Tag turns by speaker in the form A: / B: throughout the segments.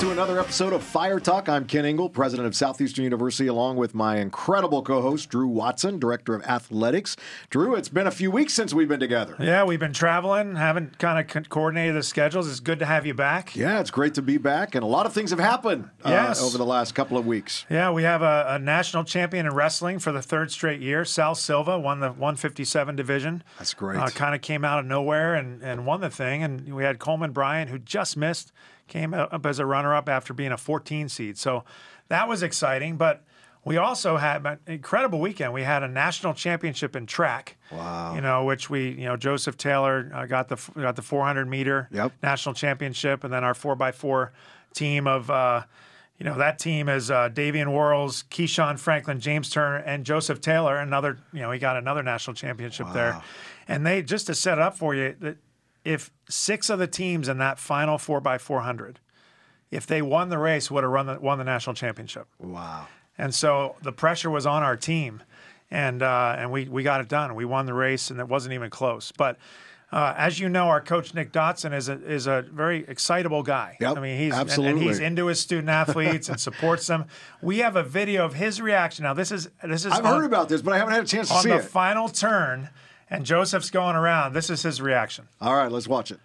A: to another episode of Fire Talk. I'm Ken Engel, president of Southeastern University, along with my incredible co host, Drew Watson, director of athletics. Drew, it's been a few weeks since we've been together.
B: Yeah, we've been traveling, haven't kind of co- coordinated the schedules. It's good to have you back.
A: Yeah, it's great to be back, and a lot of things have happened uh,
B: Yes.
A: over the last couple of weeks.
B: Yeah, we have a, a national champion in wrestling for the third straight year. Sal Silva won the 157 division.
A: That's great.
B: Uh, kind of came out of nowhere and, and won the thing. And we had Coleman Bryant, who just missed, came up as a runner up after being a 14 seed. So that was exciting. But we also had an incredible weekend. We had a national championship in track. Wow. You know, which we, you know, Joseph Taylor uh, got the f- got the 400 meter
A: Yep.
B: national championship, and then our four x four team of, uh, you know, that team is uh, Davian Worrells, Keyshawn Franklin, James Turner, and Joseph Taylor. Another, you know, he got another national championship there, and they just to set it up for you that if six of the teams in that final four x four hundred, if they won the race, would have run the, won the national championship.
A: Wow.
B: And so the pressure was on our team, and uh, and we we got it done. We won the race, and it wasn't even close. But uh, as you know, our coach Nick Dotson is a is a very excitable guy.
A: Yep,
B: I mean, he's and- and, he's
A: absolutely.
B: into his student athletes and supports them. We have a video of his reaction. Now this is this is
A: I've
B: on,
A: heard about this, but I haven't had a chance to
B: on
A: see
B: the
A: it.
B: final turn, and Joseph's going around. This is his reaction.
A: All right, let's watch it.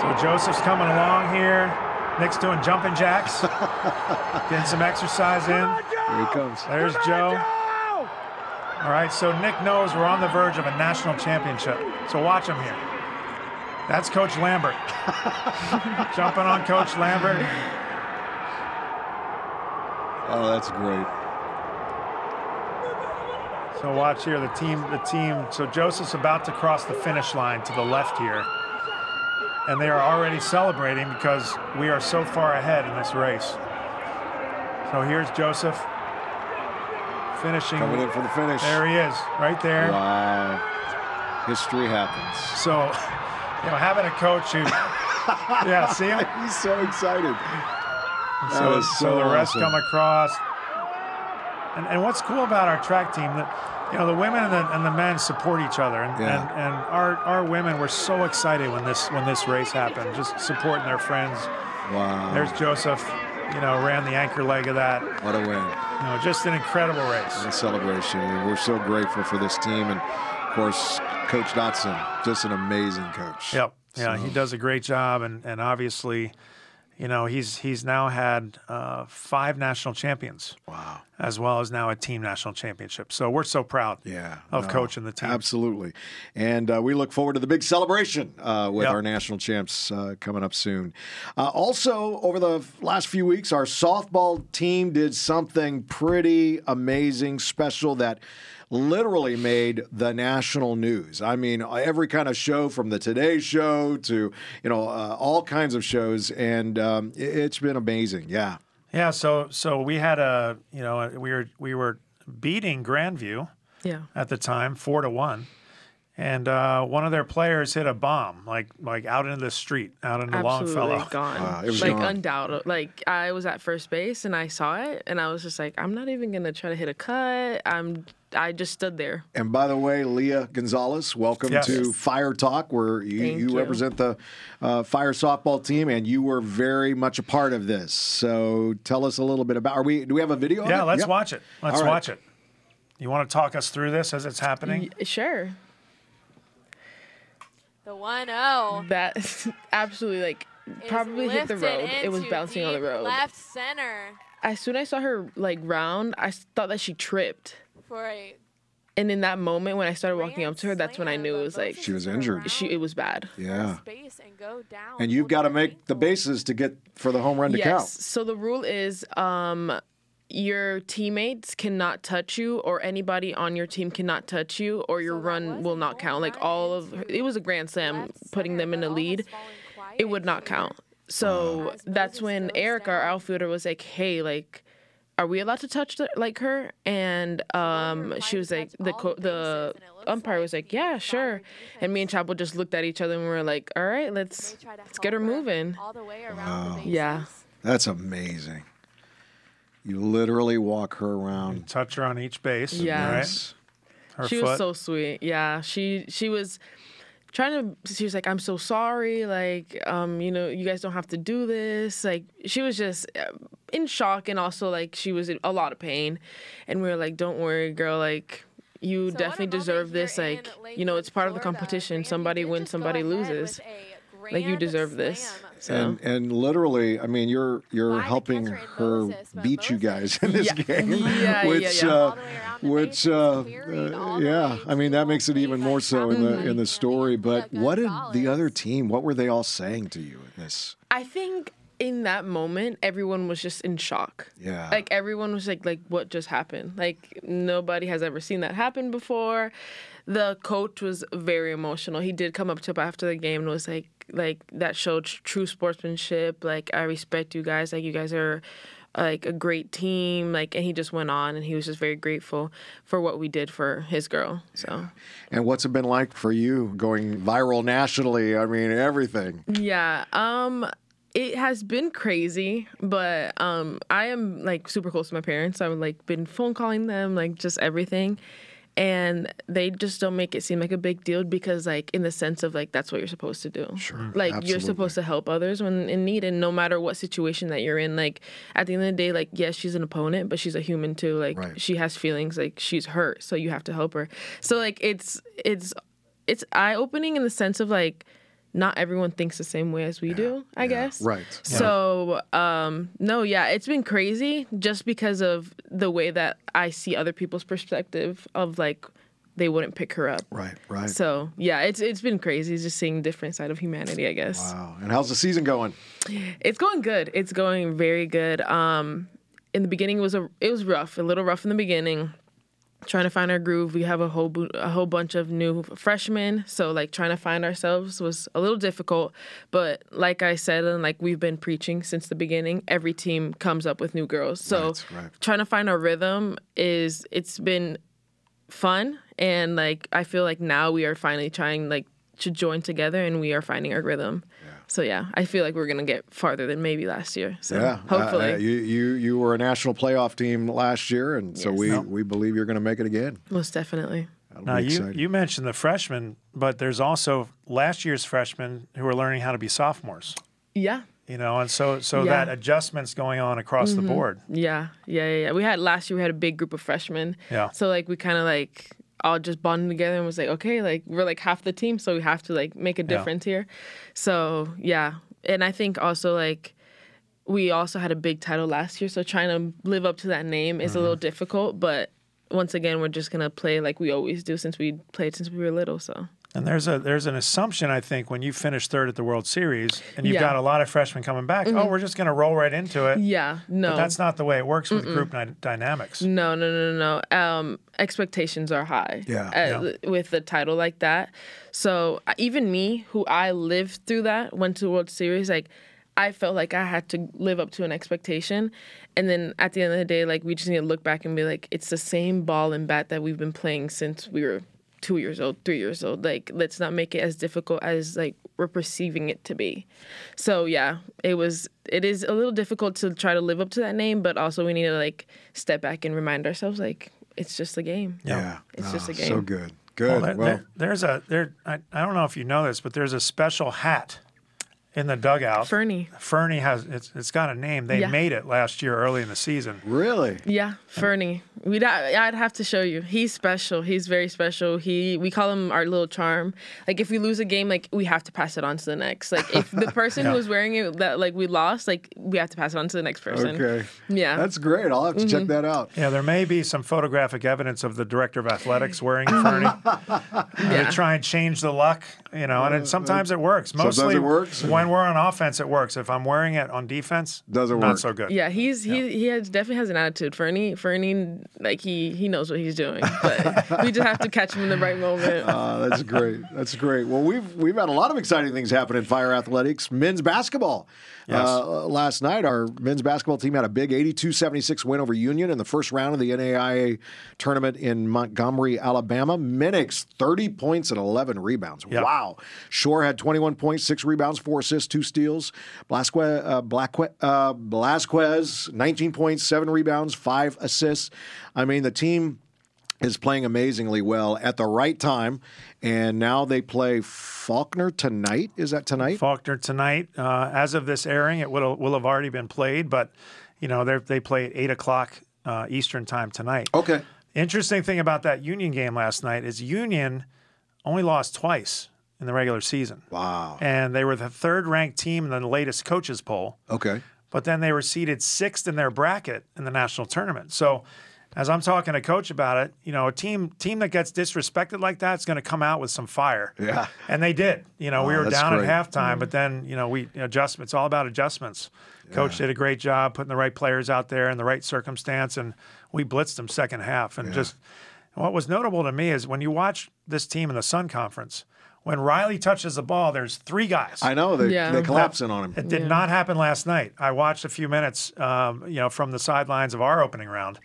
B: So Joseph's coming along here. Nick's doing jumping jacks, getting some exercise in.
A: Here he comes.
B: There's Joe. All right, so Nick knows we're on the verge of a national championship. So watch him here. That's Coach Lambert. Jumping on Coach Lambert.
A: Oh, that's great.
B: So watch here the team the team so Joseph's about to cross the finish line to the left here. And they are already celebrating because we are so far ahead in this race. So here's Joseph finishing.
A: Coming in for the finish.
B: There he is, right there.
A: Wow. History happens.
B: So, you know, having a coach who, yeah, see him.
A: He's so excited.
B: So,
A: is
B: so
A: so
B: the rest
A: awesome.
B: come across. And, and what's cool about our track team that you know the women and the, and the men support each other, and,
A: Yeah.
B: and, and our, our women were so excited when this when this race happened, just supporting their friends.
A: Wow.
B: There's Joseph, you know, ran the anchor leg of that.
A: what a win.
B: You know, just an incredible race.
A: the celebration. And we're so grateful for this team. And of course, Coach Dotson, just an amazing coach.
B: Yep. Yeah, he does a great job, and, and obviously, you know, he's he's now had uh, five national champions.
A: Wow.
B: as well as now a team national championship. So we're so proud
A: Yeah.
B: of
A: no,
B: coaching the team.
A: Absolutely. And uh, we look forward to the big celebration uh, with
B: Yep.
A: our national champs uh, coming up soon. Uh, also, over the last few weeks, our softball team did something pretty amazing, special that literally made the national news. I mean, every kind of show from the Today Show to, you know, uh, all kinds of shows. And um, it- it's been amazing. Yeah.
B: Yeah, so so we had a, you know, we were we were beating Grandview
C: Yeah.
B: at the time, 4 to 1. And uh, one of their players hit a bomb like like out into the street, out into
C: Absolutely
B: Longfellow.
C: gone.
A: Wow, Ah, it was
C: like
A: gone.
C: undoubted. Like I was at first base and I saw it and I was just like, I'm not even gonna try to hit a cut. I'm. I just stood there.
A: And by the way, Leah Gonzalez, welcome
B: Yes.
A: to Fire Talk, where you,
C: Thank
A: you
C: you.
A: represent the uh, Fire softball team, and you were very much a part of this. So tell us a little bit about. Are we? Do we have a video? of
B: Yeah,
A: it?
B: let's
A: Yep.
B: watch it. Let's
A: All right.
B: watch it. You want to talk us through this as it's happening?
C: Sure.
D: The oh 1 0.
C: That absolutely like Mm, probably hit the road. It was bouncing on the road.
D: Left center
C: As soon as I saw her like round, I s- thought that she tripped.
D: for a.
C: And in that moment, when I started walking
D: grand
C: up to her, that's when I
D: slam,
C: knew
D: but
C: it was
D: both
C: like
D: of
A: She was
D: them were
A: injured.
D: around
C: she. It was bad.
A: Yeah,
D: Space and go down.
A: and you've
D: Hold
A: got to
D: your
A: make the
D: ankle.
A: bases to get for the home run to
C: yes.
A: count.
C: So the rule is um, your teammates cannot touch you, or anybody on your team cannot touch you, or your
D: So that
C: run
D: was
C: will
D: a
C: not
D: home
C: count. Like
D: run
C: all of
D: into
C: it was a grand slam,
D: left
C: putting
D: center,
C: them in a
D: but
C: lead.
D: almost falling quiet
C: It would not
D: here.
C: count. So
D: As
C: that's
D: Moses
C: when
D: goes
C: Eric, our
D: down.
C: outfielder, was like, "Hey, like." Are we allowed to touch the, like her? And um,
D: required
C: she
D: to
C: was like,
D: touch
C: the
D: all
C: co-
D: the
C: the
D: bases, and it looks
C: umpire
D: like
C: was like,
D: the
C: yeah,
D: entire
C: sure. And me and Chapel just looked at each other and we were like, all right, let's
D: They try to
C: let's get her
D: help
C: moving.
D: All the way around the bases.
C: Yeah.
A: That's amazing. You literally walk her around.
B: Touch her on each base.
C: Yeah.
B: Right?
A: Nice.
B: Her
C: she
B: foot.
C: was so sweet yeah she she was trying to she was like i'm so sorry like um you know you guys don't have to do this like she was just uh, in shock and also like she was in a lot of pain and we were like don't worry girl like you
D: So what a
C: definitely
D: moment
C: deserve
D: here
C: this
D: in
C: like you
D: Lakewood,
C: know it's part of the
D: Florida.
C: competition
D: Randy
C: somebody
D: did
C: wins
D: just go
C: somebody
D: ahead with
C: loses
D: a
C: like you
D: grand
C: deserve this
D: slam.
C: so
A: And and literally, I mean, you're you're
D: By the
A: helping
D: catcher in
A: her
D: Moses, but
A: beat you guys
D: Moses-
A: in this
C: Yeah.
A: game,
C: Yeah, yeah,
A: which
C: yeah.
D: All
A: uh,
D: the way around the
A: which
D: bases,
A: uh,
D: carried
A: uh,
D: all the
A: yeah,
D: way
A: I mean
D: to
A: that makes it
D: Jose
A: even more so in the in the
D: Gonzalez.
A: story. But
D: Look,
A: what did the other
D: Gonzalez.
A: team? What were they all saying to you in this?
C: I think in that moment everyone was just in shock.
A: Yeah.
C: Like everyone was like like what just happened? Like nobody has ever seen that happen before. The coach was very emotional. He did come up to him after the game and was like like that showed tr- true sportsmanship. Like I respect you guys. Like you guys are like a great team. Like and he just went on and he was just very grateful for what we did for his girl. So
A: And what's it been like for you going viral nationally? I mean, everything.
C: Yeah. Um it has been crazy, but um I am like super close to my parents. I've like been phone calling them, like just everything. And they just don't make it seem like a big deal because like in the sense of like that's what you're supposed to do. Sure. Like you're supposed to help others when in need and no matter what situation that you're in, like at the end of the day, like yes, she's an opponent, but she's a human too. Like
A: Right.
C: she has feelings, like she's hurt, so you have to help her. So like it's it's it's eye opening in the sense of like not everyone thinks the same way as we do, I guess.
A: Right.
C: So, um, no, yeah, it's been crazy just because of the way that I see other people's perspective of like they wouldn't pick her up.
A: Right, right.
C: So, yeah, it's it's been crazy just seeing different side of humanity, I guess.
A: wow. And how's the season going?
C: It's going good. It's going very good. Um, in the beginning, it was a it was rough, a little rough in the beginning. Trying to find our groove. We have a whole bo- a whole bunch of new freshmen, so like trying to find ourselves was a little difficult. But like I said, and like we've been preaching since the beginning, every team comes up with new girls. So
A: Right, right.
C: trying to find our rhythm is it's been fun and like I feel like now we are finally trying like to join together and we are finding our rhythm. So yeah, I feel like we're gonna get farther than maybe last year. So
A: Yeah. Uh,
C: hopefully.
A: uh, you, you you were a national playoff team last year, and so
C: Yes.
A: we,
C: No.
A: we believe you're going to make it again.
C: Most definitely.
A: That'll
B: Now
A: be
B: you,
A: exciting.
B: you mentioned the freshmen, but there's also last year's freshmen who are learning how to be sophomores.
C: Yeah.
B: You know, and so so
C: Yeah. Mm-hmm.
B: that adjustments going on across the board.
C: Yeah. Yeah. Yeah. yeah. We had last year we had a big group of freshmen.
B: Yeah.
C: So like we kinda like all just bonded together and was like, okay, like we're like half the team, so we have to like make a difference here. So yeah. And I think also like we also had a big title last year, so trying to live up to that name is a
B: Mm-hmm.
C: little difficult, but once again, we're just gonna play like we always do since we played since we were little. So
B: And there's a there's an assumption I think when you finish third at the World Series and you've
C: Yeah. Mm-hmm.
B: got a lot of freshmen coming back, oh, we're just going to roll right into it.
C: yeah, no,
B: But that's not the way it works with group ni- dynamics.
C: No, no, no, no, no. Um, expectations are high.
A: Yeah.
C: uh, With a title like that, so uh, even me, who I lived through that, went to the World Series, like I felt like I had to live up to an expectation, and then at the end of the day, like we just need to look back and be like, it's the same ball and bat that we've been playing since we were two years old, three years old. Like let's not make it as difficult as like we're perceiving it to be. So yeah, it was it is a little difficult to try to live up to that name, but also we need to like step back and remind ourselves like it's just a game.
A: yeah. Ah,
C: It's just a
A: So
C: game.
A: good. Good.
B: Well, there-
A: well,
B: there- there's a there. I, I don't know if you know this, but there's a special hat in the dugout.
C: Fernie.
B: Fernie has it's, it's got a name. They
C: Yeah.
B: made it last year early in the season.
A: really?
C: Yeah, Fernie. We'd I'd have to show you. He's special. He's very special. He we call him our little charm. Like if we lose a game, like we have to pass it on to the next. Like if the person who was wearing it that like we lost, like we have to pass it on to the next person.
A: Okay.
C: Yeah. Mm-hmm.
A: That's great. I'll have to check that out.
B: Yeah, there may be some photographic evidence of the director of athletics wearing Fernie. Uh, They try and change the luck, you know, and it, sometimes it works. Mostly
A: sometimes it works.
B: when we're on offense. It works. If I'm wearing it on defense,
A: Doesn't
B: not
A: work.
B: so good.
C: Yeah, he's he he has definitely has an attitude. Fernie Fernie like he he knows what he's doing, but we just have to catch him in the right moment.
A: Uh, that's great. That's great. Well, we've we've had a lot of exciting things happen in Fire Athletics. Men's basketball.
B: Yes.
A: Uh, last night, our men's basketball team had a big 82-76 win over Union in the first round of the NAIA tournament in Montgomery, Alabama. Minix, 30 points and 11 rebounds.
B: Yep.
A: Wow. Shore had 21 points, 6 rebounds, 4 assists, 2 steals. Blasque, uh, Blaque, uh, Blasquez, 19 points, 7 rebounds, 5 assists. I mean, the team is playing amazingly well at the right time, and now they play Faulkner tonight. Is that tonight?
B: Faulkner tonight. Uh, as of this airing, it will will have already been played, but you know they they play at eight o'clock uh, Eastern time tonight.
A: Okay.
B: Interesting thing about that Union game last night is Union only lost twice in the regular season,
A: Wow.
B: and they were the third ranked team in the latest coaches poll.
A: Okay.
B: but then they were seeded sixth in their bracket in the national tournament. So, as I'm talking to coach about it, you know, a team team that gets disrespected like that is going to come out with some fire.
A: Yeah.
B: and they did. You know, we
A: Oh,
B: were
A: that's
B: down
A: great.
B: at halftime, but then you know we adjustments. All about adjustments. Coach did a great job putting the right players out there in the right circumstance, and we blitzed them second half. And just what was notable to me is when you watch this team in the Sun Conference. When Riley touches the ball, there's three guys.
A: I know they
C: Yeah.
A: they collapse in on him.
B: It did not happen last night. I watched a few minutes, um, you know, from the sidelines of our opening round,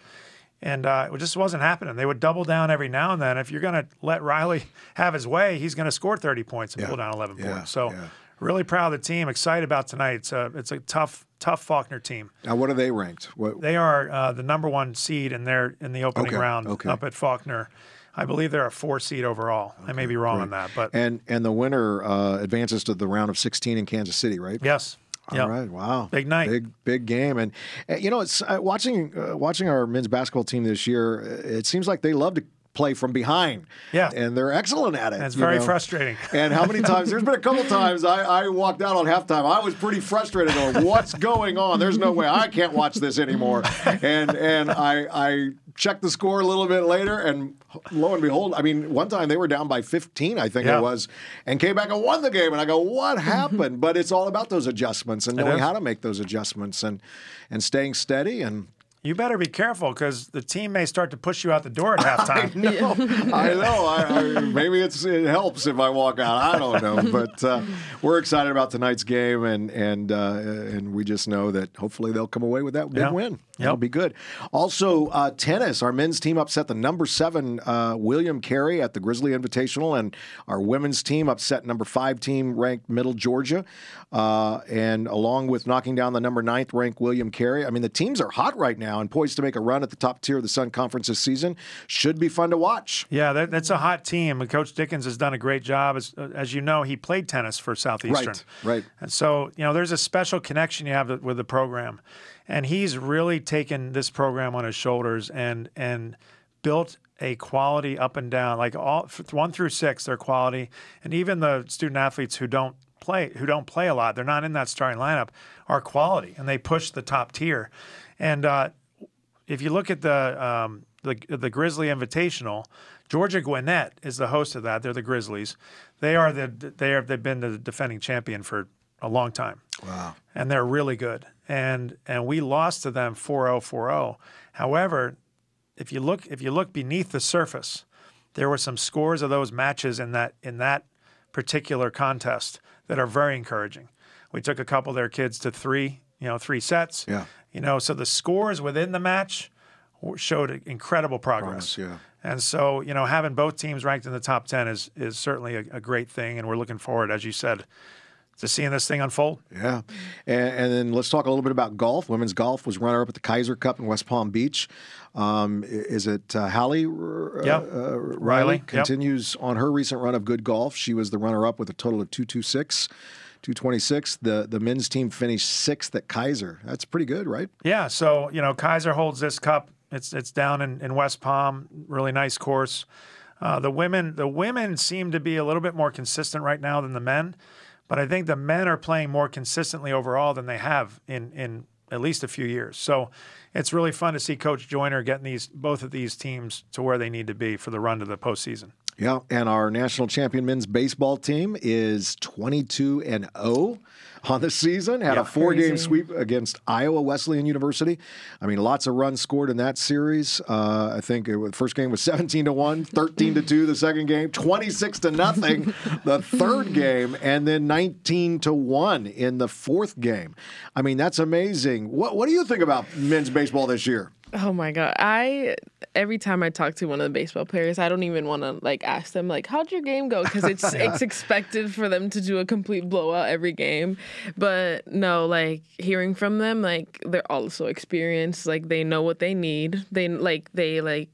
B: and uh, it just wasn't happening. They would double down every now and then. If you're going to let Riley have his way, he's going to score 30 points and pull down 11
A: Yeah,
B: points. So,
A: yeah.
B: really proud of the team. Excited about tonight. It's a, it's a tough, tough Faulkner team.
A: Now, what are they ranked? What,
B: They are uh, the number one seed in their in the opening
A: Okay,
B: round
A: okay.
B: up at Faulkner. I believe they're a four seed overall. I may be wrong on that, but
A: and and the winner uh, advances to the round of 16 in Kansas City, right?
B: yes, yeah.
A: All right. Wow.
B: Big night.
A: Big big game. And uh, you know, it's uh, watching uh, watching our men's basketball team this year. uh, It seems like they love to play from behind.
B: Yeah.
A: And they're excellent at it.
B: That's
A: you
B: very
A: know?
B: frustrating.
A: And how many times? There's been a couple times I, I walked out on halftime. I was pretty frustrated. Going, what's going on? There's no way I can't watch this anymore. And and I I checked the score a little bit later, and lo and behold, I mean, one time they were down by 15, I think
B: Yeah. Mm-hmm.
A: it was, and came back and won the game. And I go, what happened? But it's all about those adjustments and knowing
B: is.
A: how to make those adjustments and and staying steady and.
B: You better be careful because the team may start to push you out the door at halftime.
A: No, I know. I, I, maybe it's it helps if I walk out. I don't know, but uh, we're excited about tonight's game, and and uh, and we just know that hopefully they'll come away with that big
B: Yeah.
A: win.
B: Yep.
A: That'll be good. Also, uh, tennis. Our men's team upset the number seven uh, William Carey at the Grizzly Invitational, and our women's team upset number five team ranked Middle Georgia, uh, and along with knocking down the number ninth ranked William Carey. I mean, the teams are hot right now and poised to make a run at the top tier of the Sun Conference this season. Should be fun to watch.
B: yeah, that, that's a hot team. And Coach Dickens has done a great job. As, as you know, he played tennis for Southeastern.
A: Right, right.
B: And so, you know, there's a special connection you have with the program. And he's really taken this program on his shoulders and and built a quality up and down. Like all f- one through six, their quality. And even the student athletes who don't play who don't play a lot, they're not in that starting lineup, are quality and they push the top tier. And uh, if you look at the um, the the Grizzly Invitational, Georgia Gwinnett is the host of that. They're the Grizzlies. They are the they are they've been the defending champion for a long time. Wow. And they're really good. And and we lost to them 4-0 4-0. oh. However, if you look if you look beneath the surface, there were some scores of those matches in that in that particular contest that are very encouraging. We took a couple of their kids to three, you know, three sets.
A: Yeah.
B: You know, so the scores within the match w- showed incredible progress.
A: Progress,
B: And so, you know, having both teams ranked in the top 10 is is certainly a, a great thing and we're looking forward as you said to seeing this thing unfold.
A: Yeah. And, and then let's talk a little bit about golf. Women's golf was runner up at the Kaiser Cup in West Palm Beach. Um, i- is it uh, Hallie? R-
B: Yeah.
A: Uh, uh, Riley,
B: Riley, yep.
A: continues on her recent run of good golf. She was the runner up with a total of 226. 226. The the men's team finished sixth at Kaiser. That's pretty good, right?
B: Yeah, so you know Kaiser holds this cup. It's it's down in, in West Palm. Really nice course. Uh, the women the women seem to be a little bit more consistent right now than the men, but I think the men are playing more consistently overall than they have in in at least a few years. So it's really fun to see Coach Joyner getting these both of these teams to where they need to be for the run to the postseason.
A: Yeah, and our national champion men's baseball team is 22 and 0 on the season. Had a four-game
C: Crazy.
A: sweep against Iowa Wesleyan University. I mean, lots of runs scored in that series. Uh, I think it was, first game was 17 to 1, 13 to 2 the second game, 26 to nothing the third game, and then 19 to 1 in the fourth game. I mean, that's amazing. What what do you think about men's baseball this year?
C: Oh my god. I every time I talk to one of the baseball players, I don't even want to like ask them like how'd your game go because it's it's expected for them to do a complete blowout every game. But no, like hearing from them like they're also experienced, like they know what they need. They like they like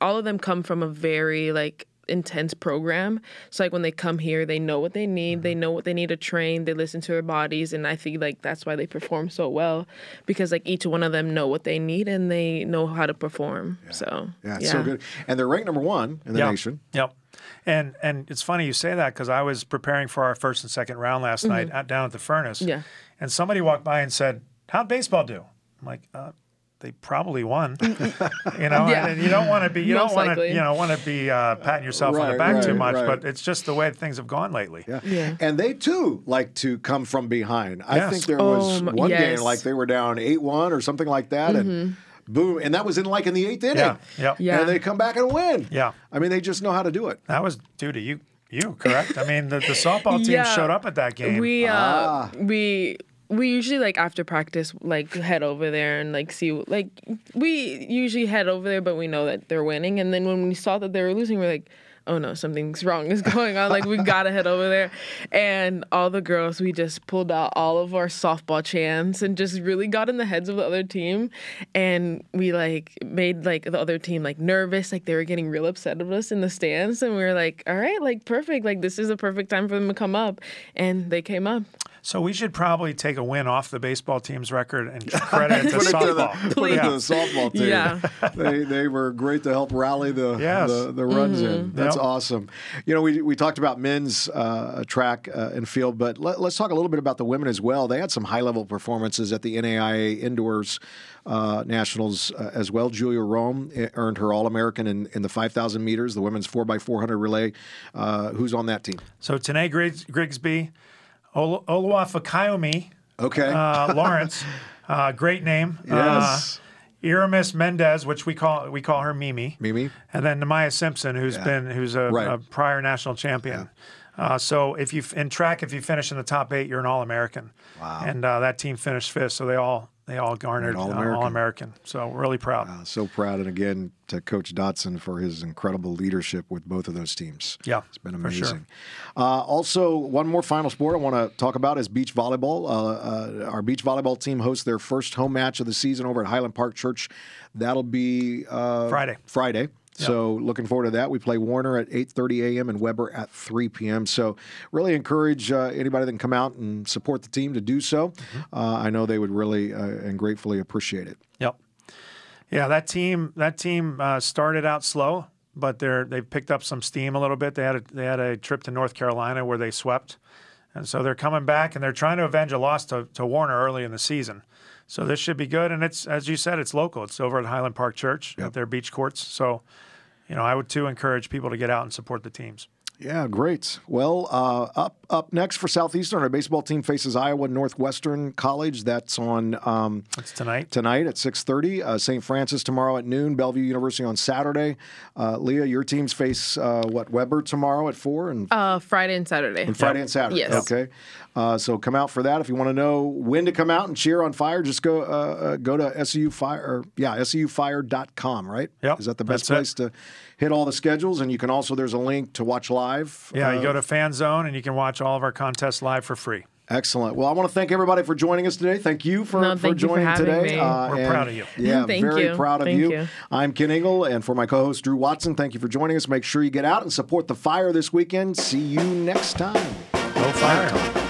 C: all of them come from a very like intense program. So like when they come here, they know what they need.
A: Mm-hmm.
C: They know what they need to train. They listen to their bodies, and I think like that's why they perform so well because like each one of them know what they need and they know how to perform. So
A: Yeah, it's so good. And they're ranked number one in the
B: Yeah.
A: nation.
B: Yep. And and it's funny you say that because I was preparing for our first and second round last night
A: Mm-hmm.
B: out, down at the furnace.
C: Yeah.
B: And somebody walked by and said, "How'd baseball do?" I'm like, uh, "They probably won." you know,
C: Yeah.
B: and you don't want to be you
C: Most
B: don't want to
C: likely.
B: you know want to be uh, patting yourself on
A: Right,
B: the back too
A: right,
B: much,
A: right.
B: but it's just the way things have gone lately.
A: Yeah.
C: Yeah.
A: And they too like to come from behind. I
B: Yes.
A: think there was
C: Um,
A: one game
C: yes. Mm-hmm.
A: like they were down 8 1 or something like that. And boom. And that was in like in the eighth inning.
B: Yeah. Yep.
C: Yeah.
A: And they come back and win.
B: Yeah.
A: I mean, they just know how to do it.
B: That was due to you. You correct? I mean, the, the softball team
C: Yeah.
B: showed up at that game.
C: We uh, we we usually like after practice like head over there and like see like we usually head over there, but we know that they're winning. And then when we saw that they were losing, we're like. Oh no, something's wrong is going on. Like we gotta head over there, and all the girls we just pulled out all of our softball chants and just really got in the heads of the other team, and we like made like the other team like nervous, like they were getting real upset of us in the stands, and we were like, all right, like perfect, like this is a perfect time for them to come up, and they came up.
B: so we should probably take a win off the baseball team's record and credit it to
A: Put it to
B: softball.
A: the, put it to the softball team.
C: Yeah.
A: they, they were great to help rally the
B: Yes.
A: the, the runs in. That's
B: Yep.
A: awesome. You know, we, we talked about men's uh, track uh, and field, but let, us talk a little bit about the women as well. They had some high level performances at the NAIA Indoors uh, Nationals uh, as well. Julia Rome e- earned her All American in, in the 5,000 meters, the women's 4x400 relay. Uh, who's on that team?
B: So Tanae Griggs, Grigsby, Ol- Oluwafakayomi,
A: Okay.
B: uh, Lawrence, uh, great name.
A: Yes.
B: Uh, Iramis Mendez, which we call we call her Mimi.
A: Mimi.
B: And then Namaya Simpson, who's been who's a,
A: Right.
B: a prior national champion. Uh, so if you f- in track, if you finish in the top eight, you're an All American. Wow. And uh, that team finished fifth, so they all they all garnered
A: An
B: All
A: All-American.
B: American. so really proud.
A: Uh, so proud, and again to Coach Dotson for his incredible leadership with both of those teams.
B: Yeah,
A: it's been
B: for
A: amazing.
B: sure.
A: Uh, also, one more final sport I want to talk about is beach volleyball. Uh, uh, our beach volleyball team hosts their first home match of the season over at Highland Park Church. That'll be uh,
B: Friday.
A: Friday. So looking forward to that. We play Warner at 8:30 a.m. and Weber at 3 p.m. So really encourage uh, anybody that can come out and support the team to do so.
B: Mm-hmm.
A: Uh, I know they would really uh, and gratefully appreciate it.
B: Yep. Yeah, that team that team uh, started out slow, but they're they've picked up some steam a little bit. They had a, they had a trip to North Carolina where they swept, and so they're coming back and they're trying to avenge a loss to, to Warner early in the season. So this should be good, and it's as you said, it's local. It's over at Highland Park Church at their beach courts. So, you know, I would too encourage people to get out and support the teams.
A: Yeah, great. Well, uh, up up next for Southeastern, our baseball team faces Iowa Northwestern College. That's on um,
B: It's tonight.
A: tonight at six thirty. Uh, St. Francis tomorrow at noon. Bellevue University on Saturday. Uh, Leah, your teams face uh, what Weber tomorrow at four and
C: Uh, Friday and Saturday.
A: and Friday and Saturday.
C: Yes.
A: Okay. Uh, so come out for that. If you want to know when to come out and cheer on fire, just go uh, uh, go to SEU Fire. Or, yeah, SEUfire.com, right?
B: Yep,
A: Is that the best
B: that's
A: place to hit all the schedules? And you can also, there's a link to watch live.
B: Yeah,
A: uh,
B: you go to Fan Zone and you can watch all of our contests live for free.
A: Excellent. Well, I want to thank everybody for joining us today. Thank you for,
C: No,
A: for
C: thank you for
A: joining
C: having
A: today. Uh,
C: me.
B: We're
A: and-
B: proud of you.
A: Yeah,
C: Thank
A: very
C: you.
A: proud of
C: Thank
A: you.
C: you.
A: I'm Ken Engel, and for my co-host Drew Watson, thank you for joining us. Make sure you get out and support the fire this weekend. See you next time.
B: Go fire.